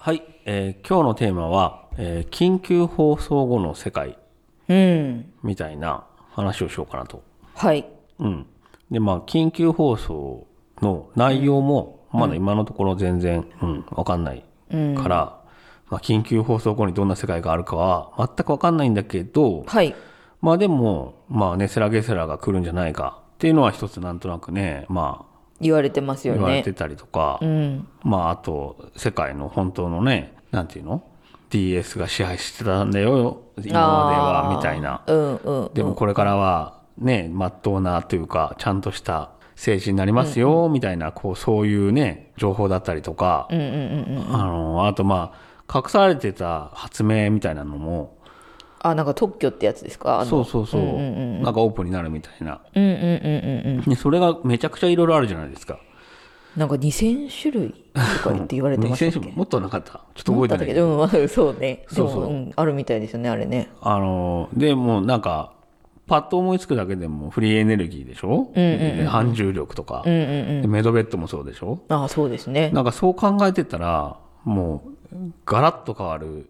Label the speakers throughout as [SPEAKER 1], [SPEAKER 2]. [SPEAKER 1] はい、えー今日のテーマは、えー緊急放送後の世界
[SPEAKER 2] うん。
[SPEAKER 1] みたいな話をしようかなと。
[SPEAKER 2] はい。
[SPEAKER 1] うん。で、まあ、緊急放送の内容も、まだ今のところ全然、うん、わかんないから、まあ、緊急放送後にどんな世界があるかは全くわかんないんだけど、
[SPEAKER 2] はい。
[SPEAKER 1] まあでも、まあね、セラゲセラが来るんじゃないかっていうのは一つなんとなくね、まあ、
[SPEAKER 2] 言われてますよ
[SPEAKER 1] 言われ
[SPEAKER 2] ね。
[SPEAKER 1] てたりとか、
[SPEAKER 2] うん。
[SPEAKER 1] まあ、あと、世界の本当のね、なんていうの ?DS が支配してたんだよ、今までは、
[SPEAKER 2] あー
[SPEAKER 1] みたいな。
[SPEAKER 2] うんうん。
[SPEAKER 1] でもこれからは、ね、まっとうなというか、ちゃんとした政治になりますよ、みたいな、こう、そういうね、情報だったりとか、
[SPEAKER 2] うんうんうんうん。
[SPEAKER 1] あの、あとまあ、隠されてた発明みたいなのも、
[SPEAKER 2] あ、なんか特許ってやつですかあの
[SPEAKER 1] そうそうそう、なんかオープンになるみたいな。
[SPEAKER 2] うんうんうんうんうん。
[SPEAKER 1] ねそれがめちゃくちゃいろいろあるじゃないですか。
[SPEAKER 2] なんか2000種類とか言って言われてましたっけ
[SPEAKER 1] 2000もっとなかったちょっと覚えてないけど
[SPEAKER 2] 思ったけどうん、そうね。で
[SPEAKER 1] そうそう
[SPEAKER 2] も、うん、あるみたいですよね、あれね。
[SPEAKER 1] あのでもうなんかパッと思いつくだけでもフリーエネルギーでしょ、で反重力とか、
[SPEAKER 2] うんうんうん。
[SPEAKER 1] でメドベッドもそうでしょ
[SPEAKER 2] ああ、そうですね。
[SPEAKER 1] なんかそう考えてたらもうガラッと変わる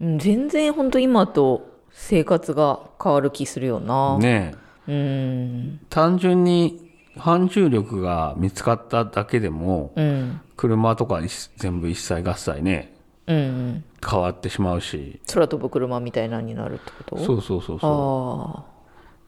[SPEAKER 2] うん、全然本当今と生活が変わる気するよな。
[SPEAKER 1] ね
[SPEAKER 2] うん。
[SPEAKER 1] 単純に反重力が見つかっただけでも
[SPEAKER 2] うん。
[SPEAKER 1] 車とか一全部一切合切ね
[SPEAKER 2] うんうん。
[SPEAKER 1] 変わってしまうし
[SPEAKER 2] 空飛ぶ車みたいなのになるってこと
[SPEAKER 1] そうそうそうそ
[SPEAKER 2] ああ。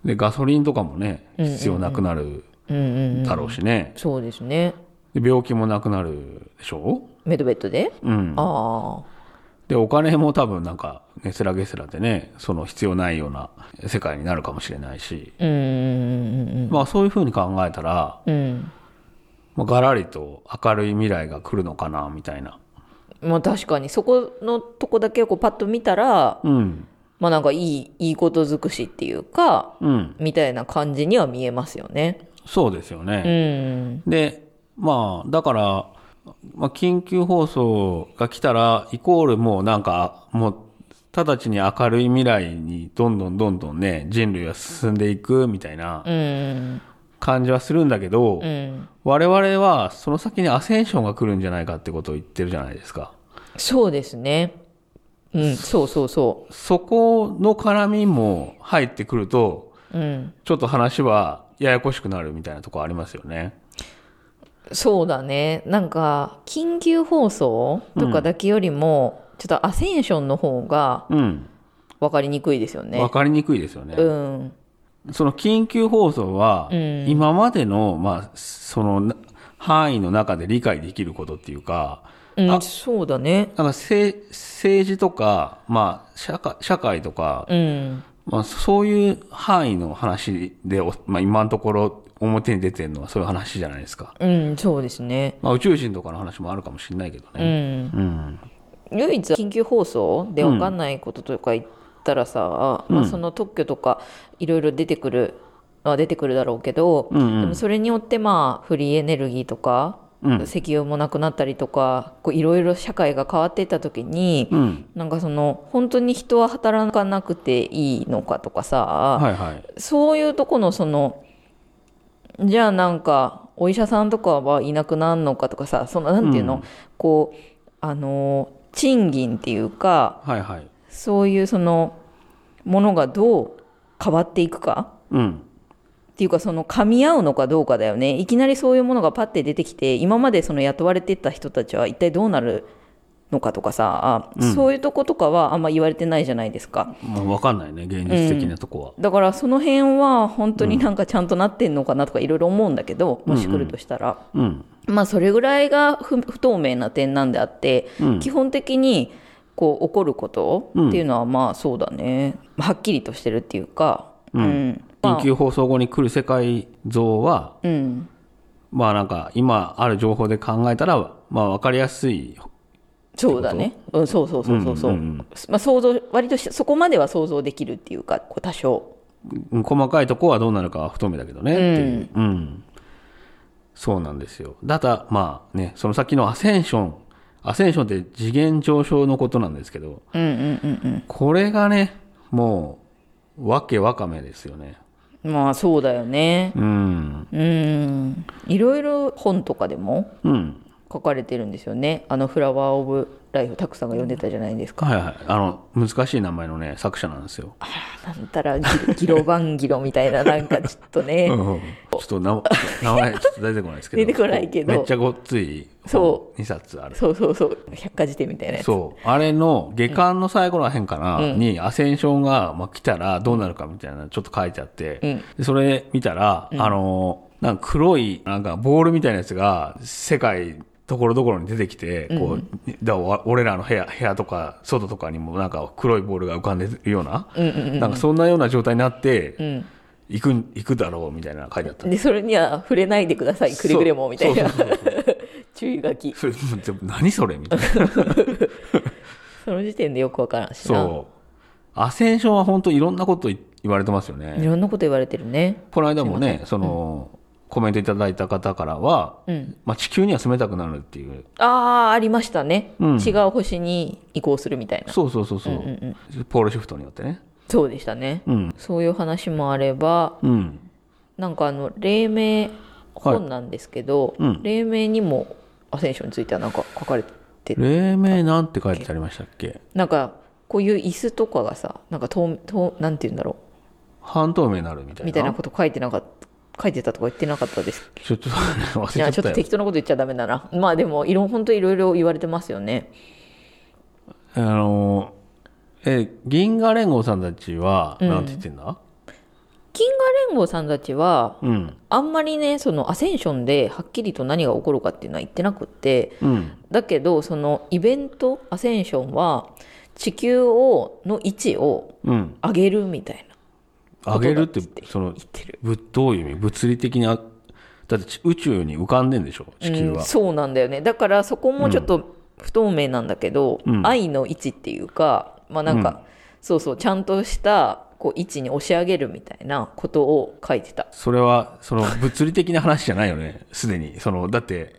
[SPEAKER 1] うでガソリンとかもね必要なくなる
[SPEAKER 2] うんうんうん。
[SPEAKER 1] だろうしね、
[SPEAKER 2] そうですね。
[SPEAKER 1] で病気もなくなるでしょ
[SPEAKER 2] メドベッドで
[SPEAKER 1] うん
[SPEAKER 2] ああ。
[SPEAKER 1] で、お金も多分なんか、ね、セラゲセラでね、その必要ないような世界になるかもしれないし、
[SPEAKER 2] うんうんうん
[SPEAKER 1] まあそういうふうに考えたら、
[SPEAKER 2] うんうん。
[SPEAKER 1] まあ、がらりと明るい未来が来るのかな、みたいな。
[SPEAKER 2] まあ確かに、そこのとこだけこうパッと見たら、
[SPEAKER 1] うん、
[SPEAKER 2] まあなんかいい、いいこと尽くしっていうか、
[SPEAKER 1] うん、
[SPEAKER 2] みたいな感じには見えますよね。
[SPEAKER 1] そうですよ
[SPEAKER 2] う
[SPEAKER 1] ね。
[SPEAKER 2] ん。
[SPEAKER 1] で、まあ、だから、まあ、緊急放送が来たら、イコールもうなんか、もう、直ちに明るい未来にどんどんどんどんね、人類は進んでいくみたいな
[SPEAKER 2] うん。
[SPEAKER 1] 感じはするんだけど、
[SPEAKER 2] うん。
[SPEAKER 1] 我々はその先にアセンションが来るんじゃないかってことを言ってるじゃないですか。
[SPEAKER 2] そうですね。うん、そうそうそ
[SPEAKER 1] そこの絡みも入ってくると、
[SPEAKER 2] う。うん。
[SPEAKER 1] ちょっと話はややこしくなるみたいなとこありますよね。
[SPEAKER 2] そうだね。なんか、緊急放送とかだけよりも、ちょっとアセンションの方が
[SPEAKER 1] うん。
[SPEAKER 2] 分かりにくいですよ
[SPEAKER 1] わ
[SPEAKER 2] ね。
[SPEAKER 1] かりにくいですよね。
[SPEAKER 2] うん。
[SPEAKER 1] その緊急放送は、
[SPEAKER 2] うん
[SPEAKER 1] 今までの、まあ、そのな範囲の中で理解できることっていうか、
[SPEAKER 2] うん、そうだね。
[SPEAKER 1] なんかせ政治とか、まあ、社会社会とか、
[SPEAKER 2] うん。
[SPEAKER 1] まあ、そういう範囲の話でお、まあ、今のところ表に出てるのはそういう話じゃないですか。
[SPEAKER 2] うん、そうですね。
[SPEAKER 1] まあ、宇宙人とかの話もあるかもしれないけど
[SPEAKER 2] う
[SPEAKER 1] ね。
[SPEAKER 2] ん。
[SPEAKER 1] うん。
[SPEAKER 2] 唯一緊急放送で分かんないこととか言ったらさ、まあ、その特許とかいろいろ出てくるのは出てくるだろうけど、
[SPEAKER 1] うんうん
[SPEAKER 2] でもそれによってまあフリーエネルギーとか、
[SPEAKER 1] うん
[SPEAKER 2] 石油もなくなったりとかこういろいろ社会が変わっていった時に、
[SPEAKER 1] うん。
[SPEAKER 2] なんかその本当に人は働かなくていいのかとかさ、
[SPEAKER 1] はいはい。
[SPEAKER 2] そういうとこのそのじゃあなんかお医者さんとかはいなくなるのかとかさそのなんていうの、
[SPEAKER 1] うん
[SPEAKER 2] こうあの賃金っていうか
[SPEAKER 1] はいはい。
[SPEAKER 2] そういうそのものがどう変わっていくか
[SPEAKER 1] うん。
[SPEAKER 2] っていうかその噛み合うのかどうかだよねいきなりそういうものがパッて出てきて今までその雇われてた人たちは一体どうなるのかとかさ、
[SPEAKER 1] うん
[SPEAKER 2] そういうとことかはあんま言われてないじゃないですか。
[SPEAKER 1] まあ、わかんないね、現実的なとこは。
[SPEAKER 2] だからその辺は本当になんかちゃんとなってんのかなとかいろいろ思うんだけど、もし来るとしたら、
[SPEAKER 1] うん。
[SPEAKER 2] まあそれぐらいが不不透明な点なんであって、
[SPEAKER 1] うん
[SPEAKER 2] 基本的にこう起こることっていうのはまあそうだね、はっきりとしてるっていうか、うんま
[SPEAKER 1] 緊急放送後に来る世界像は、
[SPEAKER 2] あうん、
[SPEAKER 1] まあなんか、今ある情報で考えたら、まあわかりやすい。
[SPEAKER 2] そうだね、うん、そうそうそうそうそう、
[SPEAKER 1] うんうん
[SPEAKER 2] まあ、想像割としそこまでは想像できるっていうかこう多少
[SPEAKER 1] うん細かいとこはどうなるかは不透明だけどね、っていう。うん。そうなんですよ。だた、まあね、その先のアセンション。アセンションって次元上昇のことなんですけど、
[SPEAKER 2] うんうんうん
[SPEAKER 1] これがね、もう、わけわかめですよね。
[SPEAKER 2] うんまあそうだよね
[SPEAKER 1] うん。
[SPEAKER 2] うんいろいろ本とかでも
[SPEAKER 1] うん。
[SPEAKER 2] 書かれてるんですよねあの「フラワー・オブ・ライフ」たくさんが読んでたじゃないですか、
[SPEAKER 1] はいはい。あの、難しい名前のね、作者なんですよ。
[SPEAKER 2] なんたらギロギロバンギロみたいななんかちょっとね、
[SPEAKER 1] うんちょっとな名前ちょっと出てこないですけど。
[SPEAKER 2] 出てこないけど
[SPEAKER 1] めっちゃごっつい。。
[SPEAKER 2] そう
[SPEAKER 1] 2冊ある。
[SPEAKER 2] そうそうそう百科事典みたいなやつ
[SPEAKER 1] そう。あれの下巻の最後らへんかな、に、アセンションが、まあ、来たらどうなるかみたいな、ちょっと書いてあって、
[SPEAKER 2] ん
[SPEAKER 1] でそれ見たら、あの、なんか黒い、なんかボールみたいなやつが、世界、ところどころに出てきて、こう、だから俺らの部屋、部屋とか、外とかにもなんか黒いボールが浮かんでるような、なんかそんなような状態になって、行く、行くだろうみたいな書いてあった。
[SPEAKER 2] でそれには触れないでくださいくれぐれもみたいな
[SPEAKER 1] そうそうそうそう
[SPEAKER 2] 注意書き
[SPEAKER 1] それでも何それみたいな。
[SPEAKER 2] その時点でよくわからんしな
[SPEAKER 1] そう。アセンションは本当いろんなこと言われてますよね。
[SPEAKER 2] いろんなこと言われてるね
[SPEAKER 1] この間もね、その、コメントいただいた方からは、まあ、地球には住めたくなるっていう。
[SPEAKER 2] ああありましたね、
[SPEAKER 1] うん
[SPEAKER 2] 違う星に移行するみたいな
[SPEAKER 1] そうそうそうそう,、ポールシフトによってね。
[SPEAKER 2] そうでしたね、
[SPEAKER 1] うん。
[SPEAKER 2] そういう話もあれば
[SPEAKER 1] うん。
[SPEAKER 2] なんかあの黎明本なんですけど、
[SPEAKER 1] はいうん
[SPEAKER 2] 黎明にもアセンションについてはなんか書かれてて
[SPEAKER 1] 黎明なんて書いてありましたっけ
[SPEAKER 2] なんかこういう椅子とかがさなんか透透なんて言うんだろ
[SPEAKER 1] 半透明になるみた
[SPEAKER 2] う
[SPEAKER 1] いな。
[SPEAKER 2] みたいなこと書いてなかった書いてたとか言ってなかったです
[SPEAKER 1] ちょっと忘れ
[SPEAKER 2] い
[SPEAKER 1] ちゃ
[SPEAKER 2] や
[SPEAKER 1] っ
[SPEAKER 2] ちょったと
[SPEAKER 1] よ。
[SPEAKER 2] 適当なこと言っちゃダメだなまあでもいろ本当いろいろ言われてますよね
[SPEAKER 1] あの、え、銀河連合さんたちは、なんて言ってんだ、
[SPEAKER 2] 銀河連合さんたちは
[SPEAKER 1] うん、
[SPEAKER 2] あんまりねそのアセンションではっきりと何が起こるかっていうのは言ってなくって
[SPEAKER 1] うん。
[SPEAKER 2] だけどそのイベントアセンションは地球をの位置を
[SPEAKER 1] うん。
[SPEAKER 2] 上げるみたいな
[SPEAKER 1] 上げるって
[SPEAKER 2] ことだって、
[SPEAKER 1] その
[SPEAKER 2] 言、ってる、
[SPEAKER 1] ぶどういう意味物理的にあ、だってち宇宙に浮かんでんでしょ地球
[SPEAKER 2] うん
[SPEAKER 1] は。
[SPEAKER 2] そうなんだよねだからそこもちょっと不透明なんだけど、
[SPEAKER 1] うん
[SPEAKER 2] 愛の位置っていうかまあなんか、そうそうちゃんとしたこう位置に押し上げるみたいなことを書いてた
[SPEAKER 1] それは、そ の物理的な話じゃないよね。すでに。その、だって、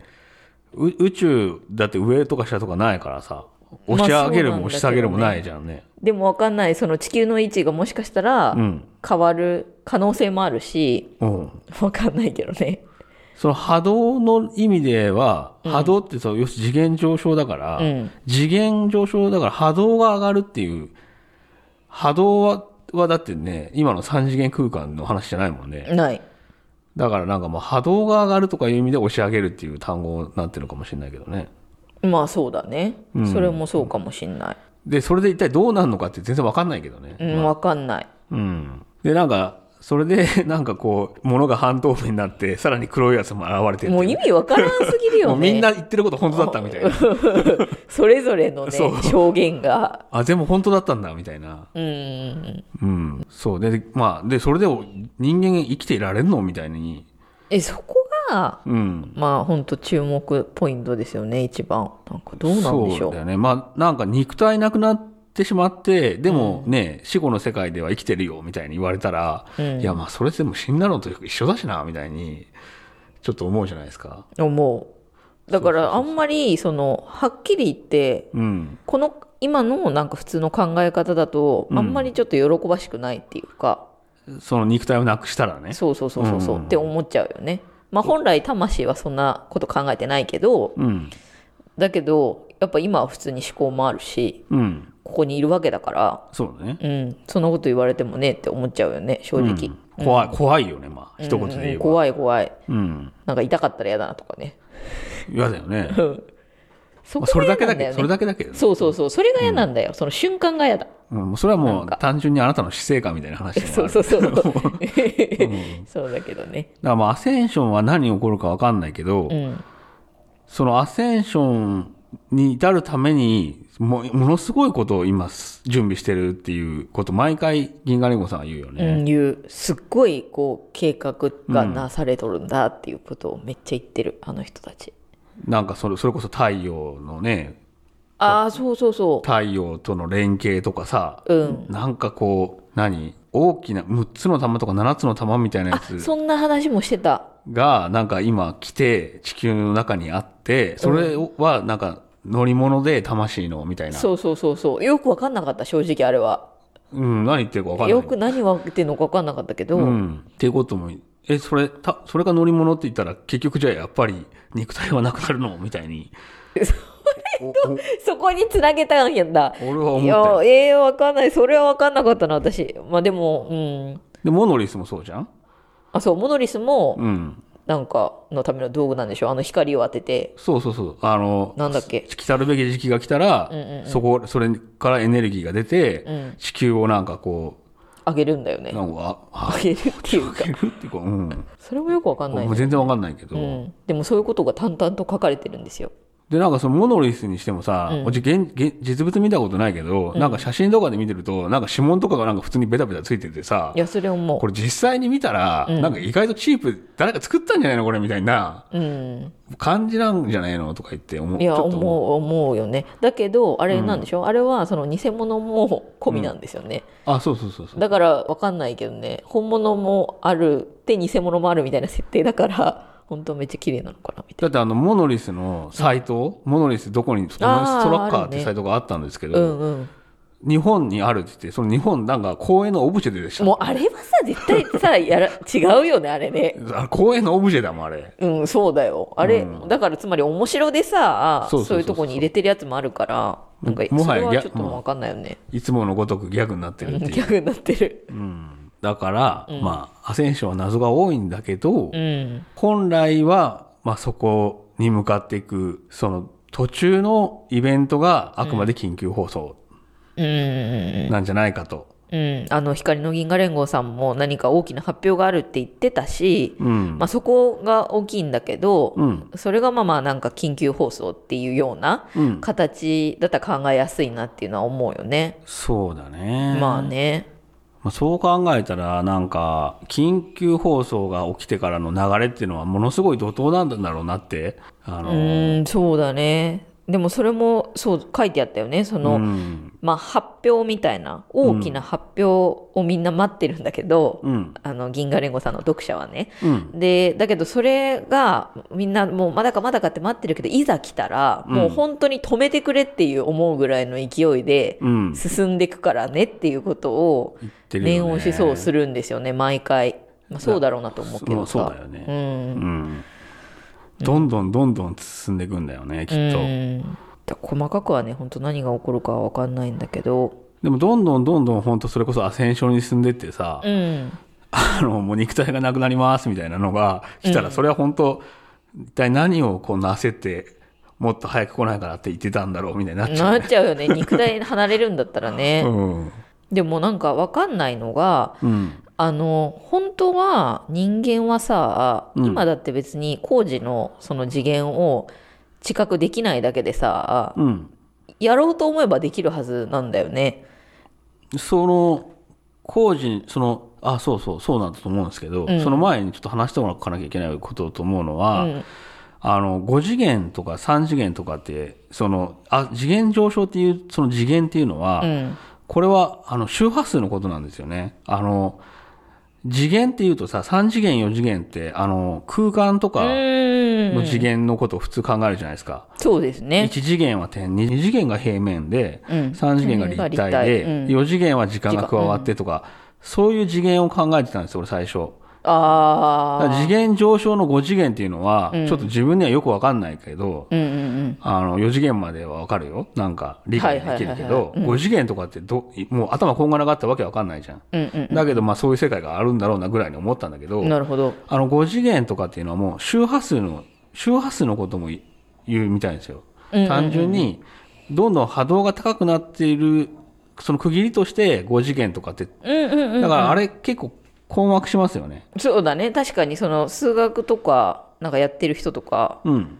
[SPEAKER 1] う宇宙、だって上とか下とかないからさ、押し上げるも
[SPEAKER 2] まあそうなんだけどね
[SPEAKER 1] 押し下げるもないじゃんね。
[SPEAKER 2] でもわかんないその地球の位置がもしかしたら
[SPEAKER 1] うん。
[SPEAKER 2] 変わる可能性もあるし
[SPEAKER 1] うん。
[SPEAKER 2] わかんないけどね
[SPEAKER 1] その波動の意味では、波動ってそう、要するに次元上昇だから、
[SPEAKER 2] うん
[SPEAKER 1] 次元上昇だから波動が上がるっていう、波動は、はだってね、今の三次元空間の話じゃないもんね。
[SPEAKER 2] ない
[SPEAKER 1] だからなんかもう波動が上がるとかいう意味で押し上げるっていう単語になってるのかもしれないけどね。
[SPEAKER 2] まあそうだね、それもそうかもしんない
[SPEAKER 1] で、それで一体どうなるのかって全然わかんないけどね。
[SPEAKER 2] うんわかんない
[SPEAKER 1] うん。で、なんか、それで、なんかこう、物が半透明になって、さらに黒いやつも現れてって
[SPEAKER 2] もう意味わからんすぎるよね
[SPEAKER 1] もうみんな言ってること本当だったみたいな。
[SPEAKER 2] それぞれのね
[SPEAKER 1] そう
[SPEAKER 2] 証言が
[SPEAKER 1] あ、全部本当だったんだ、みたいな。
[SPEAKER 2] うん
[SPEAKER 1] うん。そう。で、まあ、で、それでも人間生きていられんのみたいに。
[SPEAKER 2] えそこが
[SPEAKER 1] うん。
[SPEAKER 2] まあ本当注目ポイントですよね一番なんかどうなんでし
[SPEAKER 1] そ
[SPEAKER 2] ょ
[SPEAKER 1] うだ
[SPEAKER 2] う
[SPEAKER 1] よね。まあ、なんか肉体なくなってしまって、でもね、死後の世界では生きてるよ、みたいに言われたら、
[SPEAKER 2] うん
[SPEAKER 1] いや、まあ、それでも死んだのと一緒だしな、みたいに、ちょっと思うじゃないですか。
[SPEAKER 2] 思うだからあんまりそのはっきり言って
[SPEAKER 1] うん。
[SPEAKER 2] この今のなんか普通の考え方だとあんまりちょっと喜ばしくないっていうか、
[SPEAKER 1] その肉体をなくしたらね。
[SPEAKER 2] そうそうそうそうそううんって思っちゃうよね。まあ本来魂はそんなこと考えてないけど
[SPEAKER 1] うん。
[SPEAKER 2] だけどやっぱ今は普通に思考もあるし
[SPEAKER 1] うん。
[SPEAKER 2] ここにいるわけだから、
[SPEAKER 1] そうだね。
[SPEAKER 2] うん、そんなこと言われてもねって思っちゃうよね正
[SPEAKER 1] う
[SPEAKER 2] 直
[SPEAKER 1] ん。怖い、怖いよね、まあ、一言で
[SPEAKER 2] う
[SPEAKER 1] 言え
[SPEAKER 2] ん
[SPEAKER 1] ば。
[SPEAKER 2] 怖い怖い
[SPEAKER 1] うん。
[SPEAKER 2] なんか痛かったら嫌だなとかね
[SPEAKER 1] 嫌だよね。
[SPEAKER 2] そ
[SPEAKER 1] まあ
[SPEAKER 2] こ
[SPEAKER 1] そ
[SPEAKER 2] が
[SPEAKER 1] れ
[SPEAKER 2] 嫌
[SPEAKER 1] だけ
[SPEAKER 2] な
[SPEAKER 1] だ
[SPEAKER 2] んだ
[SPEAKER 1] け
[SPEAKER 2] よ
[SPEAKER 1] ど、それ
[SPEAKER 2] ね
[SPEAKER 1] だけだけどね。
[SPEAKER 2] そうそうそうそれが嫌なんだよ、その瞬間が嫌だ
[SPEAKER 1] うん、もうそれはも
[SPEAKER 2] なん
[SPEAKER 1] う
[SPEAKER 2] か
[SPEAKER 1] 単純にあなたの死生観みたいな話でもあ
[SPEAKER 2] そう
[SPEAKER 1] る
[SPEAKER 2] そう そうそうだけどね
[SPEAKER 1] だからまあアセンションは何起こるか分かんないけど、
[SPEAKER 2] うん
[SPEAKER 1] そのアセンションに至るためにもものすごいことを今す準備してるっていうこと毎回銀河連合さんは言うよ
[SPEAKER 2] う
[SPEAKER 1] ね、
[SPEAKER 2] ん、いうすっごいこう計画がなされとるんだっていうことをめっちゃ言ってるあの人たち
[SPEAKER 1] なんかそれそれこそ太陽のね
[SPEAKER 2] ああそうそうそ
[SPEAKER 1] 太陽との連携とかさ、
[SPEAKER 2] ううん
[SPEAKER 1] なんかこう何大きな6つの玉とか7つの玉みたいなやつ
[SPEAKER 2] そんな話もしてた
[SPEAKER 1] がなんか今来て地球の中にあってそれはなんか乗り物で魂のみたいな、
[SPEAKER 2] そうそうそうそうよく分かんなかった正直あれは
[SPEAKER 1] うん、何言ってるか分かんない
[SPEAKER 2] よく何を言ってんのか分かんなかったけど、
[SPEAKER 1] うん、っていうこともえ、それ、た、それが乗り物って言ったら、結局じゃあやっぱり肉体はなくなるのみたいに。
[SPEAKER 2] そこにつなげたんだ。
[SPEAKER 1] お俺は思っ
[SPEAKER 2] い
[SPEAKER 1] たよ
[SPEAKER 2] や、ええわかんない。それはわかんなかったな、私。まあでも、うん。
[SPEAKER 1] で、モノリスもそうじゃん
[SPEAKER 2] あ、そう、モノリスも、
[SPEAKER 1] うん。
[SPEAKER 2] なんか、のための道具なんでしょあの光を当てて。
[SPEAKER 1] そうそうそう。あの、
[SPEAKER 2] なんだっけ
[SPEAKER 1] 来たるべき時期が来たら、
[SPEAKER 2] うんうんうん
[SPEAKER 1] そこ、それからエネルギーが出て、
[SPEAKER 2] うん
[SPEAKER 1] 地球をなんかこ
[SPEAKER 2] あげるんだよね
[SPEAKER 1] う、。なんか、あ
[SPEAKER 2] あげるっていうか
[SPEAKER 1] あ。げるっていうか、うん。
[SPEAKER 2] それもよくわかんない
[SPEAKER 1] もう
[SPEAKER 2] ね。
[SPEAKER 1] 全然わかんないけど。
[SPEAKER 2] うん。でもそういうことが淡々と書かれてるんですよ。
[SPEAKER 1] で、なんかそのモノリスにしてもさ、
[SPEAKER 2] うん
[SPEAKER 1] 俺現現実物見たことないけど、なんか写真とかで見てると、なんか指紋とかがなんか普通にベタベタついててさ
[SPEAKER 2] い、や、それ思
[SPEAKER 1] これ実際に見たら、
[SPEAKER 2] うん
[SPEAKER 1] なんか意外とチープ、誰か作ったんじゃないのこれみたいな
[SPEAKER 2] う。うん。
[SPEAKER 1] 感じなんじゃないのとか言って思う。
[SPEAKER 2] いや
[SPEAKER 1] ちょっ
[SPEAKER 2] 思
[SPEAKER 1] とう。
[SPEAKER 2] う思うよねだけどあれなんでしょ、あれはその偽物も込みなんですよね、
[SPEAKER 1] あ、そうそうそうそう。
[SPEAKER 2] だから分かんないけどね本物もあるで偽物もあるみたいな設定だから本当めっちゃ綺麗なのかなみた
[SPEAKER 1] だ
[SPEAKER 2] い
[SPEAKER 1] ってあの、モノリスのサイト、モノリスどこに、モノリストラッカー
[SPEAKER 2] ある
[SPEAKER 1] っ
[SPEAKER 2] ね
[SPEAKER 1] てサイトがあったんですけ
[SPEAKER 2] なう
[SPEAKER 1] ど、
[SPEAKER 2] んうん
[SPEAKER 1] 日本にあるって言って、その日本なんか公園のオブジェでした。
[SPEAKER 2] もうあれはさ絶対さや ら違うよねあれね
[SPEAKER 1] あ公園のオブジェだもん、あれ。
[SPEAKER 2] うんそうだよあれ、だからつまり面白でさ
[SPEAKER 1] そう
[SPEAKER 2] そ
[SPEAKER 1] そううそうそう
[SPEAKER 2] いうとこに入れてるやつもあるからなんか
[SPEAKER 1] も
[SPEAKER 2] そ
[SPEAKER 1] は
[SPEAKER 2] れ
[SPEAKER 1] や
[SPEAKER 2] はちょっと
[SPEAKER 1] もう
[SPEAKER 2] も分かんないよね
[SPEAKER 1] いつものごとくギャグになって
[SPEAKER 2] う
[SPEAKER 1] る
[SPEAKER 2] ん
[SPEAKER 1] っていう。
[SPEAKER 2] 逆になってる
[SPEAKER 1] うんだから、まあ、アセンションは謎が多いんだけど、
[SPEAKER 2] うん
[SPEAKER 1] 本来は、まあ、そこに向かっていく、その途中のイベントがあくまで緊急放送
[SPEAKER 2] うんうん
[SPEAKER 1] なんじゃないかと。
[SPEAKER 2] うん、あの光の銀河連合さんも何か大きな発表があるって言ってたし、
[SPEAKER 1] うん。
[SPEAKER 2] まあ、そこが大きいんだけど、
[SPEAKER 1] うん。
[SPEAKER 2] それがまあまあなんか緊急放送っていうような
[SPEAKER 1] うん。
[SPEAKER 2] 形だったら考えやすいなっていうのは思うよね。
[SPEAKER 1] そうだね。
[SPEAKER 2] まあね。
[SPEAKER 1] まあ、そう考えたら、なんか、緊急放送が起きてからの流れっていうのは、ものすごい怒涛なんだろうなって、あ
[SPEAKER 2] う
[SPEAKER 1] の、
[SPEAKER 2] ーん、そうだね。でもそれもそう書いてあったよね。その、
[SPEAKER 1] うん。
[SPEAKER 2] まあ発表みたいな、大きな発表をみんな待ってるんだけど、
[SPEAKER 1] うん。
[SPEAKER 2] あの銀河連合さんの読者はね。
[SPEAKER 1] うん。
[SPEAKER 2] でだけどそれがみんなもうまだかまだかって待ってるけどいざ来たらもう本当に止めてくれっていう思うぐらいの勢いで
[SPEAKER 1] うん。
[SPEAKER 2] 進んでいくからねっていうことを
[SPEAKER 1] 言ってるよね
[SPEAKER 2] 念押しそうするんですよね毎回、まあ、そうだろうなと思うけどさ
[SPEAKER 1] そうそうだよね
[SPEAKER 2] うん
[SPEAKER 1] うん。どんどんどんどん進んでいくんだよね、きっと。
[SPEAKER 2] うんだから細かくはね本当何が起こるかは分かんないんだけど
[SPEAKER 1] でも、どんどんどんどん、本当それこそアセンションに進んでってさ、
[SPEAKER 2] うん
[SPEAKER 1] あの、もう肉体がなくなりますみたいなのが来たら、それは本当、一体何をこうなせって、もっと早く来ないからって言ってたんだろうみたいになっちゃう
[SPEAKER 2] なっちゃう よね肉体離れるんだったらね、
[SPEAKER 1] うん。
[SPEAKER 2] でもなんか分かんないのが
[SPEAKER 1] うん。
[SPEAKER 2] あの本当は人間はさ、
[SPEAKER 1] うん
[SPEAKER 2] 今だって別に工事のその次元を知覚できないだけでさ
[SPEAKER 1] うん。
[SPEAKER 2] やろうと思えばできるはずなんだよね。
[SPEAKER 1] その工事、その、あ、そうそう、そうなんだと思うんですけど、
[SPEAKER 2] うん
[SPEAKER 1] その前にちょっと話してもらわなきゃいけないことと思うの
[SPEAKER 2] う
[SPEAKER 1] は、
[SPEAKER 2] ん
[SPEAKER 1] あの、5次元とか3次元とかって、その、あ、次元上昇っていう、その次元っていうのは、
[SPEAKER 2] うん
[SPEAKER 1] これは、あの、周波数のことなんですよね。あの、次元っていうとさ、3次元、4次元って、あの、空間と
[SPEAKER 2] う
[SPEAKER 1] か
[SPEAKER 2] ー
[SPEAKER 1] の
[SPEAKER 2] ん
[SPEAKER 1] 次元のことを普通考えるじゃないですか。
[SPEAKER 2] そうですね。
[SPEAKER 1] 1次元は点、2次元が平面で、
[SPEAKER 2] うん
[SPEAKER 1] 3次元が立体
[SPEAKER 2] 三次元が立
[SPEAKER 1] で、
[SPEAKER 2] 体うん
[SPEAKER 1] 4次元は時間が加わってとか、そういう次元を考えてたんですよ、俺最初。だから
[SPEAKER 2] ああ。
[SPEAKER 1] 次元上昇の5次元っていうのは、
[SPEAKER 2] うん
[SPEAKER 1] ちょっと自分にはよくわかんないけど、
[SPEAKER 2] うんうん
[SPEAKER 1] あの、4次元まではわかるよ。なんか、理解できるけ
[SPEAKER 2] はいはい
[SPEAKER 1] ど、5次元とかってど、もう頭こんがらがったわけわかんないじゃん。
[SPEAKER 2] うんうん
[SPEAKER 1] だけど、まあそういう世界があるんだろうなぐらいに思ったんだけど
[SPEAKER 2] うん。、なるほど。
[SPEAKER 1] あの、5次元とかっていうのはもう周波数の、周波数のことも言うみたいですよ。
[SPEAKER 2] うんうんうん
[SPEAKER 1] 単純に、どんどん波動が高くなっている、その区切りとして5次元とかって、
[SPEAKER 2] うんうんうん。
[SPEAKER 1] だからあれ結構困惑しますよね。
[SPEAKER 2] そうだね。確かにその数学とかなんかやってる人とか
[SPEAKER 1] うん。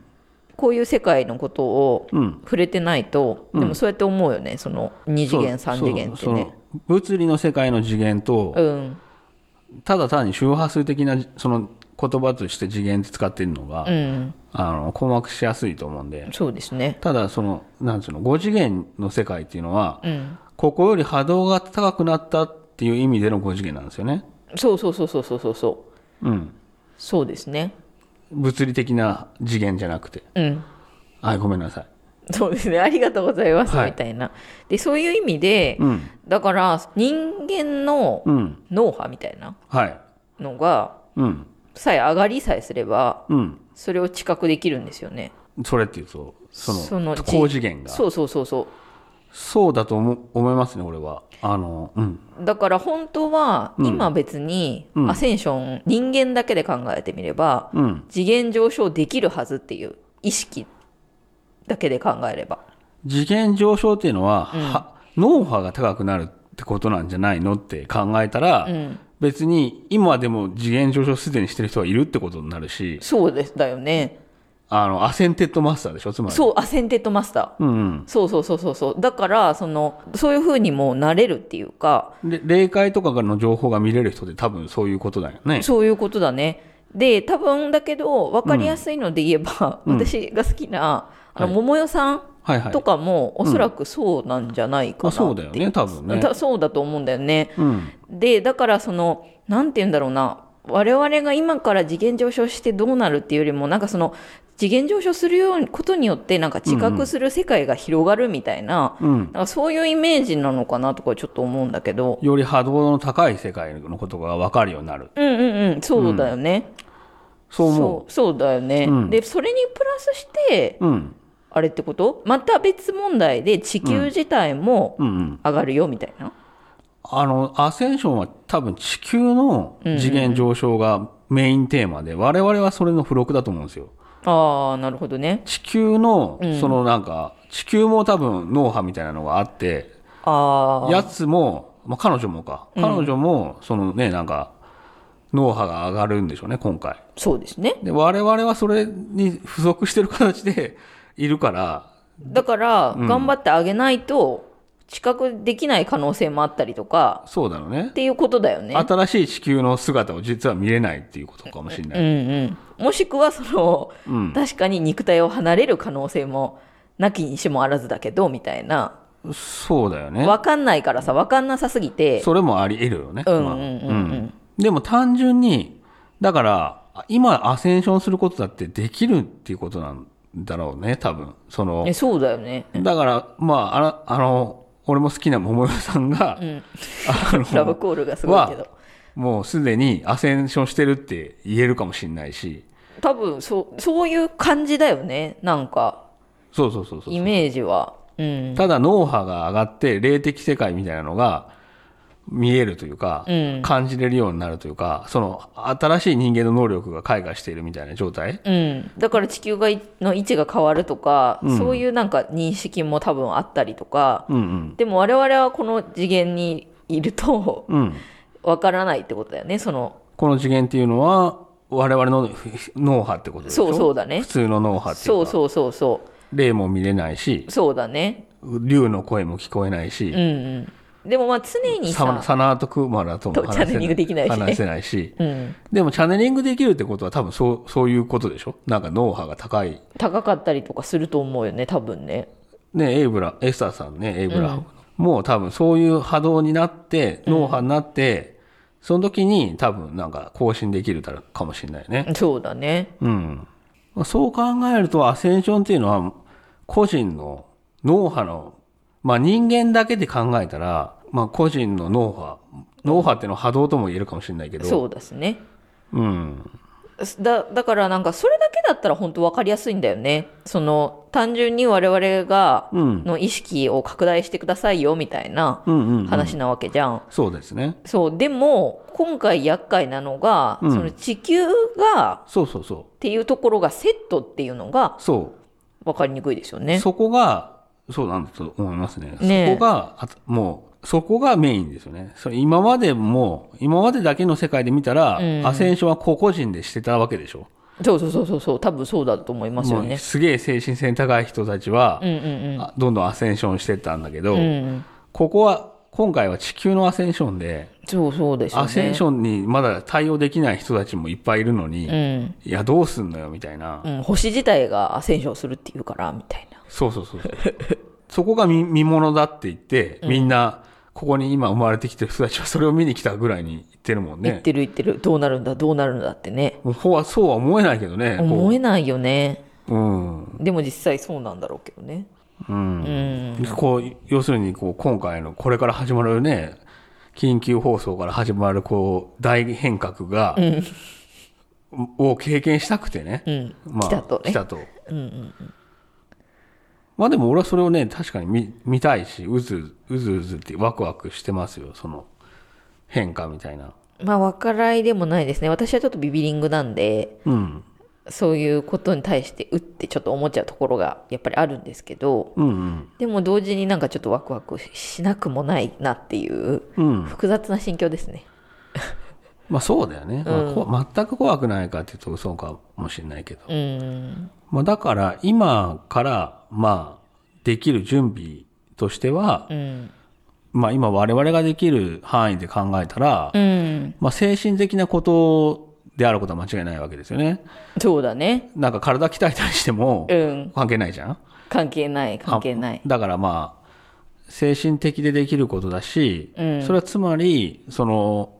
[SPEAKER 2] こういう世界のことを
[SPEAKER 1] うん。
[SPEAKER 2] 触れてないと、でもそうやって思うよねその2次元
[SPEAKER 1] そう
[SPEAKER 2] 3次元って
[SPEAKER 1] そう
[SPEAKER 2] ね
[SPEAKER 1] その物理の世界の次元と、
[SPEAKER 2] うん
[SPEAKER 1] ただ単に周波数的なその言葉として次元って使ってるのが、
[SPEAKER 2] うん
[SPEAKER 1] あの、困惑しやすいと思うんで、
[SPEAKER 2] そうですね
[SPEAKER 1] ただその、なんつうの、5次元の世界っていうのは、
[SPEAKER 2] うん
[SPEAKER 1] ここより波動が高くなったっていう意味での5次元なんですよね。
[SPEAKER 2] そうそうそうそうそうそうそう
[SPEAKER 1] うん。
[SPEAKER 2] そうですね
[SPEAKER 1] 物理的な次元じゃなくて。
[SPEAKER 2] うん
[SPEAKER 1] はい、ごめんなさい。
[SPEAKER 2] そうですねありがとうございます、
[SPEAKER 1] はい
[SPEAKER 2] みたいなでそういう意味で、
[SPEAKER 1] うん。
[SPEAKER 2] だから人間の
[SPEAKER 1] うん。
[SPEAKER 2] 脳波みたいな
[SPEAKER 1] はい。
[SPEAKER 2] のが
[SPEAKER 1] うん。
[SPEAKER 2] さえ上がりさえすれば
[SPEAKER 1] うん。
[SPEAKER 2] それを知覚できるんですよね
[SPEAKER 1] それっていうと、その、
[SPEAKER 2] そのじ
[SPEAKER 1] 高次元が。そう
[SPEAKER 2] そうそうそうそう
[SPEAKER 1] だと思思いますね、俺は。あの、うん。
[SPEAKER 2] だから本当は今別に
[SPEAKER 1] うん
[SPEAKER 2] アセンション、人間だけで考えてみれば
[SPEAKER 1] うん。
[SPEAKER 2] 次元上昇できるはずっていう意識だけで考えれば
[SPEAKER 1] 次元上昇っていうのは、は脳波が高くなるってことなんじゃないのって考えたら、
[SPEAKER 2] ん
[SPEAKER 1] 別に今でも次元上昇すでにしてる人はいるってことになるし、
[SPEAKER 2] そうですだよね
[SPEAKER 1] あの、アセンテッドマスターでしょ、つまり。
[SPEAKER 2] そうアセンテッドマスタ
[SPEAKER 1] う。
[SPEAKER 2] ー
[SPEAKER 1] うん、
[SPEAKER 2] そうそうそうそうそうだからそのそういうふうにもうなれるっていうか
[SPEAKER 1] うん。で、霊界とかからの情報が見れる人って多分そういうことだよね。
[SPEAKER 2] そういうことだねで多分だけど分かりやすいので言えば、
[SPEAKER 1] うん
[SPEAKER 2] 私が好きなあの
[SPEAKER 1] はい
[SPEAKER 2] 桃代さん
[SPEAKER 1] はいはい。
[SPEAKER 2] とかもおそらくそうなんじゃないか
[SPEAKER 1] まあ、
[SPEAKER 2] なって
[SPEAKER 1] そうだよね、多分ね。
[SPEAKER 2] だそうだと思うんだよね。
[SPEAKER 1] うん。
[SPEAKER 2] でだからそのなんて言うんだろうな我々が今から次元上昇してどうなるっていうよりもなんかその次元上昇するようにことによってなんか知覚する世界が広がるみたいな,、
[SPEAKER 1] うん。
[SPEAKER 2] なんかそういうイメージなのかなとかちょっと思うんだけど
[SPEAKER 1] より波動の高い世界のことが分かるようになる。
[SPEAKER 2] うんうんうんそうだよね、
[SPEAKER 1] そう思
[SPEAKER 2] そうそうだよね、
[SPEAKER 1] うん
[SPEAKER 2] でそれにプラスして
[SPEAKER 1] う。うん。
[SPEAKER 2] あれってことまた別問題で地球自体も
[SPEAKER 1] うんうん。
[SPEAKER 2] 上がるよみたいな、
[SPEAKER 1] あの、アセンションは多分地球の次元上昇がメインテーマで、我々はそれの付録だと思うんですよ。
[SPEAKER 2] ああなるほどね
[SPEAKER 1] 地球の、そのなんか、地球も多分脳波みたいなのがあって、
[SPEAKER 2] ああ
[SPEAKER 1] やつも、まあ、彼女もか。彼女も、そのね、なんか、脳波が上がるんでしょうね、今回。
[SPEAKER 2] そうですね
[SPEAKER 1] で、我々はそれに付属してる形で いるから、
[SPEAKER 2] だから、頑張ってあげないと、知覚できない可能性もあったりとか、
[SPEAKER 1] そうだろうね
[SPEAKER 2] っ。ていうことだよね。
[SPEAKER 1] 新しい地球の姿を実は見れないっていうことかもしれ
[SPEAKER 2] う
[SPEAKER 1] なんい。
[SPEAKER 2] うん。もしくは、その、
[SPEAKER 1] うん。
[SPEAKER 2] 確かに肉体を離れる可能性も、なきにしもあらずだけど、みたいな。
[SPEAKER 1] そうだよね。
[SPEAKER 2] わかんないからさ、わかんなさすぎて、
[SPEAKER 1] それもあり得るよね。
[SPEAKER 2] うん
[SPEAKER 1] まあ
[SPEAKER 2] うんうんうん
[SPEAKER 1] でも単純に、だから、今アセンションすることだってできるっていうことなんだろうね、多分。その
[SPEAKER 2] え、そうだよね。
[SPEAKER 1] だから、まあ、あらあの、俺も好きな桃代さんが、あ
[SPEAKER 2] ラブ
[SPEAKER 1] の、
[SPEAKER 2] コールがすごいけど。
[SPEAKER 1] もうすでにアセンションしてるって言えるかもしれないし、
[SPEAKER 2] 多分、そう、そういう感じだよね。なんか、
[SPEAKER 1] そうそうそうそう
[SPEAKER 2] イ。メージは。うん。
[SPEAKER 1] ただ脳波が上がって霊的世界みたいなのが見えるというか、
[SPEAKER 2] うん
[SPEAKER 1] 感じれるようになるというか、その新しい人間の能力が開花しているみたいな状態
[SPEAKER 2] うん、だから地球がいの位置が変わるとか、そういうなんか認識も多分あったりとか、
[SPEAKER 1] うん
[SPEAKER 2] でも我々はこの次元にいると
[SPEAKER 1] うん。うん。
[SPEAKER 2] わからないってことだよねその
[SPEAKER 1] この次元っていうのは、我々のふ脳波ってことでしょ
[SPEAKER 2] そうそうだね
[SPEAKER 1] 普通の脳波っていうか。
[SPEAKER 2] そうそうそうそ
[SPEAKER 1] 霊も見れないし
[SPEAKER 2] う、そうだね
[SPEAKER 1] 竜の声も聞こえないし
[SPEAKER 2] うん、うんでもまあ常に
[SPEAKER 1] サ
[SPEAKER 2] さ
[SPEAKER 1] ナ、サナーとクマラとも
[SPEAKER 2] とチャ
[SPEAKER 1] 話
[SPEAKER 2] ネ
[SPEAKER 1] せ
[SPEAKER 2] リン
[SPEAKER 1] な
[SPEAKER 2] グ
[SPEAKER 1] い
[SPEAKER 2] できないしね
[SPEAKER 1] 話せないし。
[SPEAKER 2] うん、
[SPEAKER 1] でもチャネリングできるってことは多分そう、そういうことでしょなんか脳波が高い。
[SPEAKER 2] 高かったりとかすると思うよね多分ね
[SPEAKER 1] ね、エイブラ、エスターさんね、エイブラハムの、もう多分そういう波動になって、脳波になって、その時に多分なんか更新できるかもしれないね。
[SPEAKER 2] そうだね
[SPEAKER 1] うん。まあそう考えると、アセンションっていうのは、個人の脳波の、まあ人間だけで考えたら、まあ個人の脳波、脳波っていうのは波動とも言えるかもしれないけど、
[SPEAKER 2] そうですね
[SPEAKER 1] うん。
[SPEAKER 2] だだからなんかそれだけだったら本当分かりやすいんだよねその単純に我々が
[SPEAKER 1] うん。
[SPEAKER 2] の意識を拡大してくださいよみたいな
[SPEAKER 1] うんうん、うん。
[SPEAKER 2] 話なわけじゃん。
[SPEAKER 1] そうですね。
[SPEAKER 2] そうでも今回厄介なのが、
[SPEAKER 1] うん
[SPEAKER 2] その地球が
[SPEAKER 1] そうそうそ
[SPEAKER 2] っていうところがセットっていうのが
[SPEAKER 1] う。そ
[SPEAKER 2] 分かりにくいですよ
[SPEAKER 1] う。
[SPEAKER 2] ね。
[SPEAKER 1] そこが、そうなんだと思いますね。
[SPEAKER 2] ねえ
[SPEAKER 1] そこが、あともう、そこがメインですよね。それ今までも、今までだけの世界で見たら、
[SPEAKER 2] うん
[SPEAKER 1] アセンションは個々人でしてたわけでしょ。
[SPEAKER 2] そうそうそうそうそう多分そうだと思いますよ
[SPEAKER 1] もう
[SPEAKER 2] ね。
[SPEAKER 1] すげえ精神性高い人たちは
[SPEAKER 2] う、んうん
[SPEAKER 1] あどんどんアセンションしてったんだけど、
[SPEAKER 2] うん。うん、
[SPEAKER 1] ここは、今回は地球のアセンションで、
[SPEAKER 2] そうそうですよね。
[SPEAKER 1] アセンションにまだ対応できない人たちもいっぱいいるのに、いや、どうすんのよ、みたいな。
[SPEAKER 2] うんうん、星自体がアセンションするっていうからみたいな。
[SPEAKER 1] そうそうそうそう。そこが見見物だって言って、みんな、ここに今生まれてきてる人たちはそれを見に来たぐらいに言ってるもん
[SPEAKER 2] 言っ
[SPEAKER 1] ね。
[SPEAKER 2] てる言ってるどうなるんだどうなるんだってね。
[SPEAKER 1] もうほわそうは思えないけどね。こう
[SPEAKER 2] 思えないよね。
[SPEAKER 1] うん。
[SPEAKER 2] でも実際そうなんだろうけどね。
[SPEAKER 1] うん
[SPEAKER 2] うん
[SPEAKER 1] こう要するにこう今回のこれから始まるね緊急放送から始まるこう大変革が、を経験したくてね。
[SPEAKER 2] うん
[SPEAKER 1] まあ、
[SPEAKER 2] 来たとね
[SPEAKER 1] 来たと。
[SPEAKER 2] うんうん
[SPEAKER 1] まあでも俺はそれをね、確かに見見たいし、うずうずうずってワクワクしてますよ、その変化みたいな。
[SPEAKER 2] まあ分からいでもないですね私はちょっとビビリングなんで
[SPEAKER 1] うん。
[SPEAKER 2] そういうことに対してうってちょっと思っちゃうところがやっぱりあるんですけど
[SPEAKER 1] うんうん。
[SPEAKER 2] でも同時になんかちょっとワクワクしなくもないなっていう
[SPEAKER 1] うん。
[SPEAKER 2] 複雑な心境ですね
[SPEAKER 1] まあそうだよね。まあこわ全く怖くないかっていうとそうかもしれないけど。
[SPEAKER 2] うん
[SPEAKER 1] まあだから今から、まあ、できる準備としては、
[SPEAKER 2] うん
[SPEAKER 1] まあ今我々ができる範囲で考えたら、
[SPEAKER 2] うん
[SPEAKER 1] まあ精神的なことであることは間違いないわけですよね。
[SPEAKER 2] そうだね
[SPEAKER 1] なんか体鍛えたりしても
[SPEAKER 2] うん
[SPEAKER 1] 関係ないじゃん
[SPEAKER 2] 関係ない関係ない
[SPEAKER 1] あだからまあ、精神的でできることだし、
[SPEAKER 2] うん
[SPEAKER 1] それはつまり、その、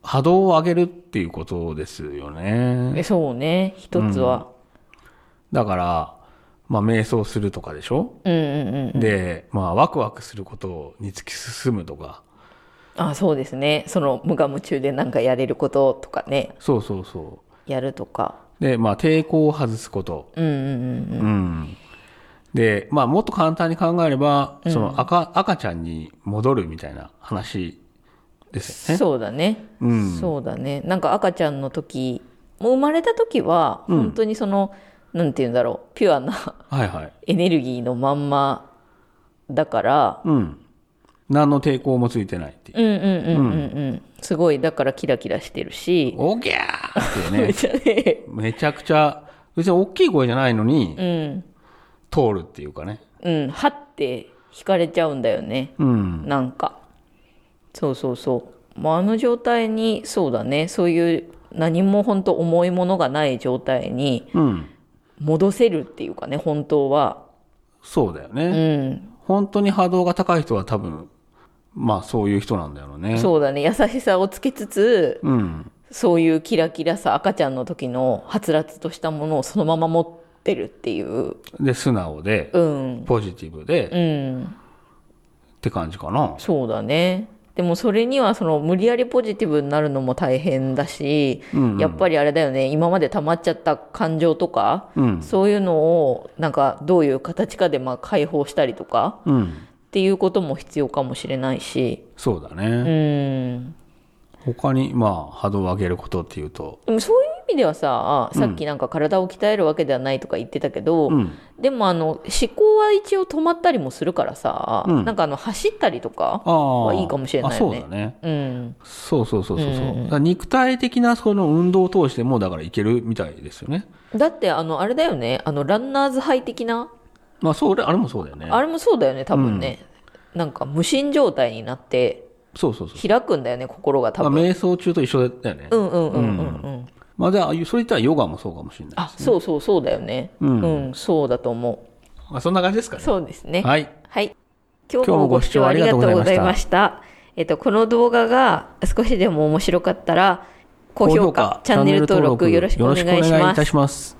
[SPEAKER 1] 波動を上げるっていうことですよね。
[SPEAKER 2] えそうね一つは、
[SPEAKER 1] だから、まあ、瞑想するとかでしょ、
[SPEAKER 2] うん、うんうんうん
[SPEAKER 1] で、まあ、ワクワクすることに突き進むとか。
[SPEAKER 2] あそうですねその無我夢中でなんかやれることとかね
[SPEAKER 1] そうそうそ
[SPEAKER 2] やるとか
[SPEAKER 1] う。で、まあ、抵抗を外すこと。
[SPEAKER 2] うんうんうんうん
[SPEAKER 1] うん。で、まあ、もっと簡単に考えれば、その赤、赤ちゃんに戻るみたいな話ですよね。
[SPEAKER 2] そうだね、
[SPEAKER 1] うん
[SPEAKER 2] そうだねなんか赤ちゃんの時もう生まれた時は本当にその、なんて言うんだろうピュアな
[SPEAKER 1] はいはい。
[SPEAKER 2] エネルギーのまんまだから
[SPEAKER 1] うん。何の抵抗もついてないっていう。
[SPEAKER 2] うんうんうんうんうんすごいだからキラキラしてるし、
[SPEAKER 1] おぎゃーって
[SPEAKER 2] め
[SPEAKER 1] ね、
[SPEAKER 2] っちゃね
[SPEAKER 1] めちゃくちゃ、別に大きい声じゃないのに、
[SPEAKER 2] うん
[SPEAKER 1] 通るっていうかね。
[SPEAKER 2] うんはって惹かれちゃうんだよね
[SPEAKER 1] うん。
[SPEAKER 2] なんかそうそうそう、まあ、あの状態にそうだねそういう何も本当重いものがない状態に
[SPEAKER 1] うん。
[SPEAKER 2] 戻せるっていうかね本当は
[SPEAKER 1] そうだよ
[SPEAKER 2] う
[SPEAKER 1] ね。
[SPEAKER 2] ん
[SPEAKER 1] 本当に波動が高い人は多分、まあそういう人なんだよね。
[SPEAKER 2] そうだね優しさをつけつつ
[SPEAKER 1] うん。
[SPEAKER 2] そういうキラキラさ赤ちゃんの時のはつらつとしたものをそのまま持ってるっていう
[SPEAKER 1] で、素直で、
[SPEAKER 2] うん
[SPEAKER 1] ポジティブで、
[SPEAKER 2] うん
[SPEAKER 1] って感じかな。
[SPEAKER 2] そうだねでもそれにはその無理やりポジティブになるのも大変だし、
[SPEAKER 1] うんうん
[SPEAKER 2] やっぱりあれだよね今まで溜まっちゃった感情とか、
[SPEAKER 1] うん。
[SPEAKER 2] そういうのをなんかどういう形かでまあ解放したりとか
[SPEAKER 1] うん。
[SPEAKER 2] っていうことも必要かもしれないし
[SPEAKER 1] そうだ
[SPEAKER 2] う
[SPEAKER 1] ね。
[SPEAKER 2] ん
[SPEAKER 1] 他に、まあ、波動を上げることっていうと、
[SPEAKER 2] でもそういう意味ではささっきなんか体を鍛えるわけではないとか言ってたけど、
[SPEAKER 1] うん。
[SPEAKER 2] でもあの思考は一応止まったりもするからさ、
[SPEAKER 1] うん
[SPEAKER 2] なんかあの走ったりとか
[SPEAKER 1] ああ。
[SPEAKER 2] いいかもしれないよね
[SPEAKER 1] あそうだね。
[SPEAKER 2] うん
[SPEAKER 1] そうそうそうそうそう。
[SPEAKER 2] うんうんうん
[SPEAKER 1] だから肉体的なその運動を通してもうだからいけるみたいですよね。
[SPEAKER 2] だってあのあれだよねあのランナーズハイ的な
[SPEAKER 1] まあそうあれもそうだよね。
[SPEAKER 2] あれもそうだよね多分ね、なんか無心状態になって
[SPEAKER 1] そうそうそう。
[SPEAKER 2] 開くんだよね心が多
[SPEAKER 1] まあ
[SPEAKER 2] 分、
[SPEAKER 1] 瞑想中と一緒だよね。
[SPEAKER 2] うんうんうんうんうん、
[SPEAKER 1] まあじゃあそれ言ったらヨガもそうかもしれない。
[SPEAKER 2] あそうそうそうだよねうん、そうだと思
[SPEAKER 1] まあそんな感じですか
[SPEAKER 2] う
[SPEAKER 1] ね。
[SPEAKER 2] そうですね
[SPEAKER 1] はい。
[SPEAKER 2] はい。今
[SPEAKER 1] 日
[SPEAKER 2] 日
[SPEAKER 1] も
[SPEAKER 2] も
[SPEAKER 1] ご
[SPEAKER 2] ご
[SPEAKER 1] 視
[SPEAKER 2] 視
[SPEAKER 1] 聴
[SPEAKER 2] 聴
[SPEAKER 1] あ
[SPEAKER 2] あ
[SPEAKER 1] り
[SPEAKER 2] り
[SPEAKER 1] が
[SPEAKER 2] が
[SPEAKER 1] と
[SPEAKER 2] と
[SPEAKER 1] う
[SPEAKER 2] う
[SPEAKER 1] ございました
[SPEAKER 2] ございました。えっと、この動画が少しでも面白かったら、高評価、チャンネル登録よろしくお願いし
[SPEAKER 1] よろしくお願い
[SPEAKER 2] ま
[SPEAKER 1] い
[SPEAKER 2] す
[SPEAKER 1] た。します。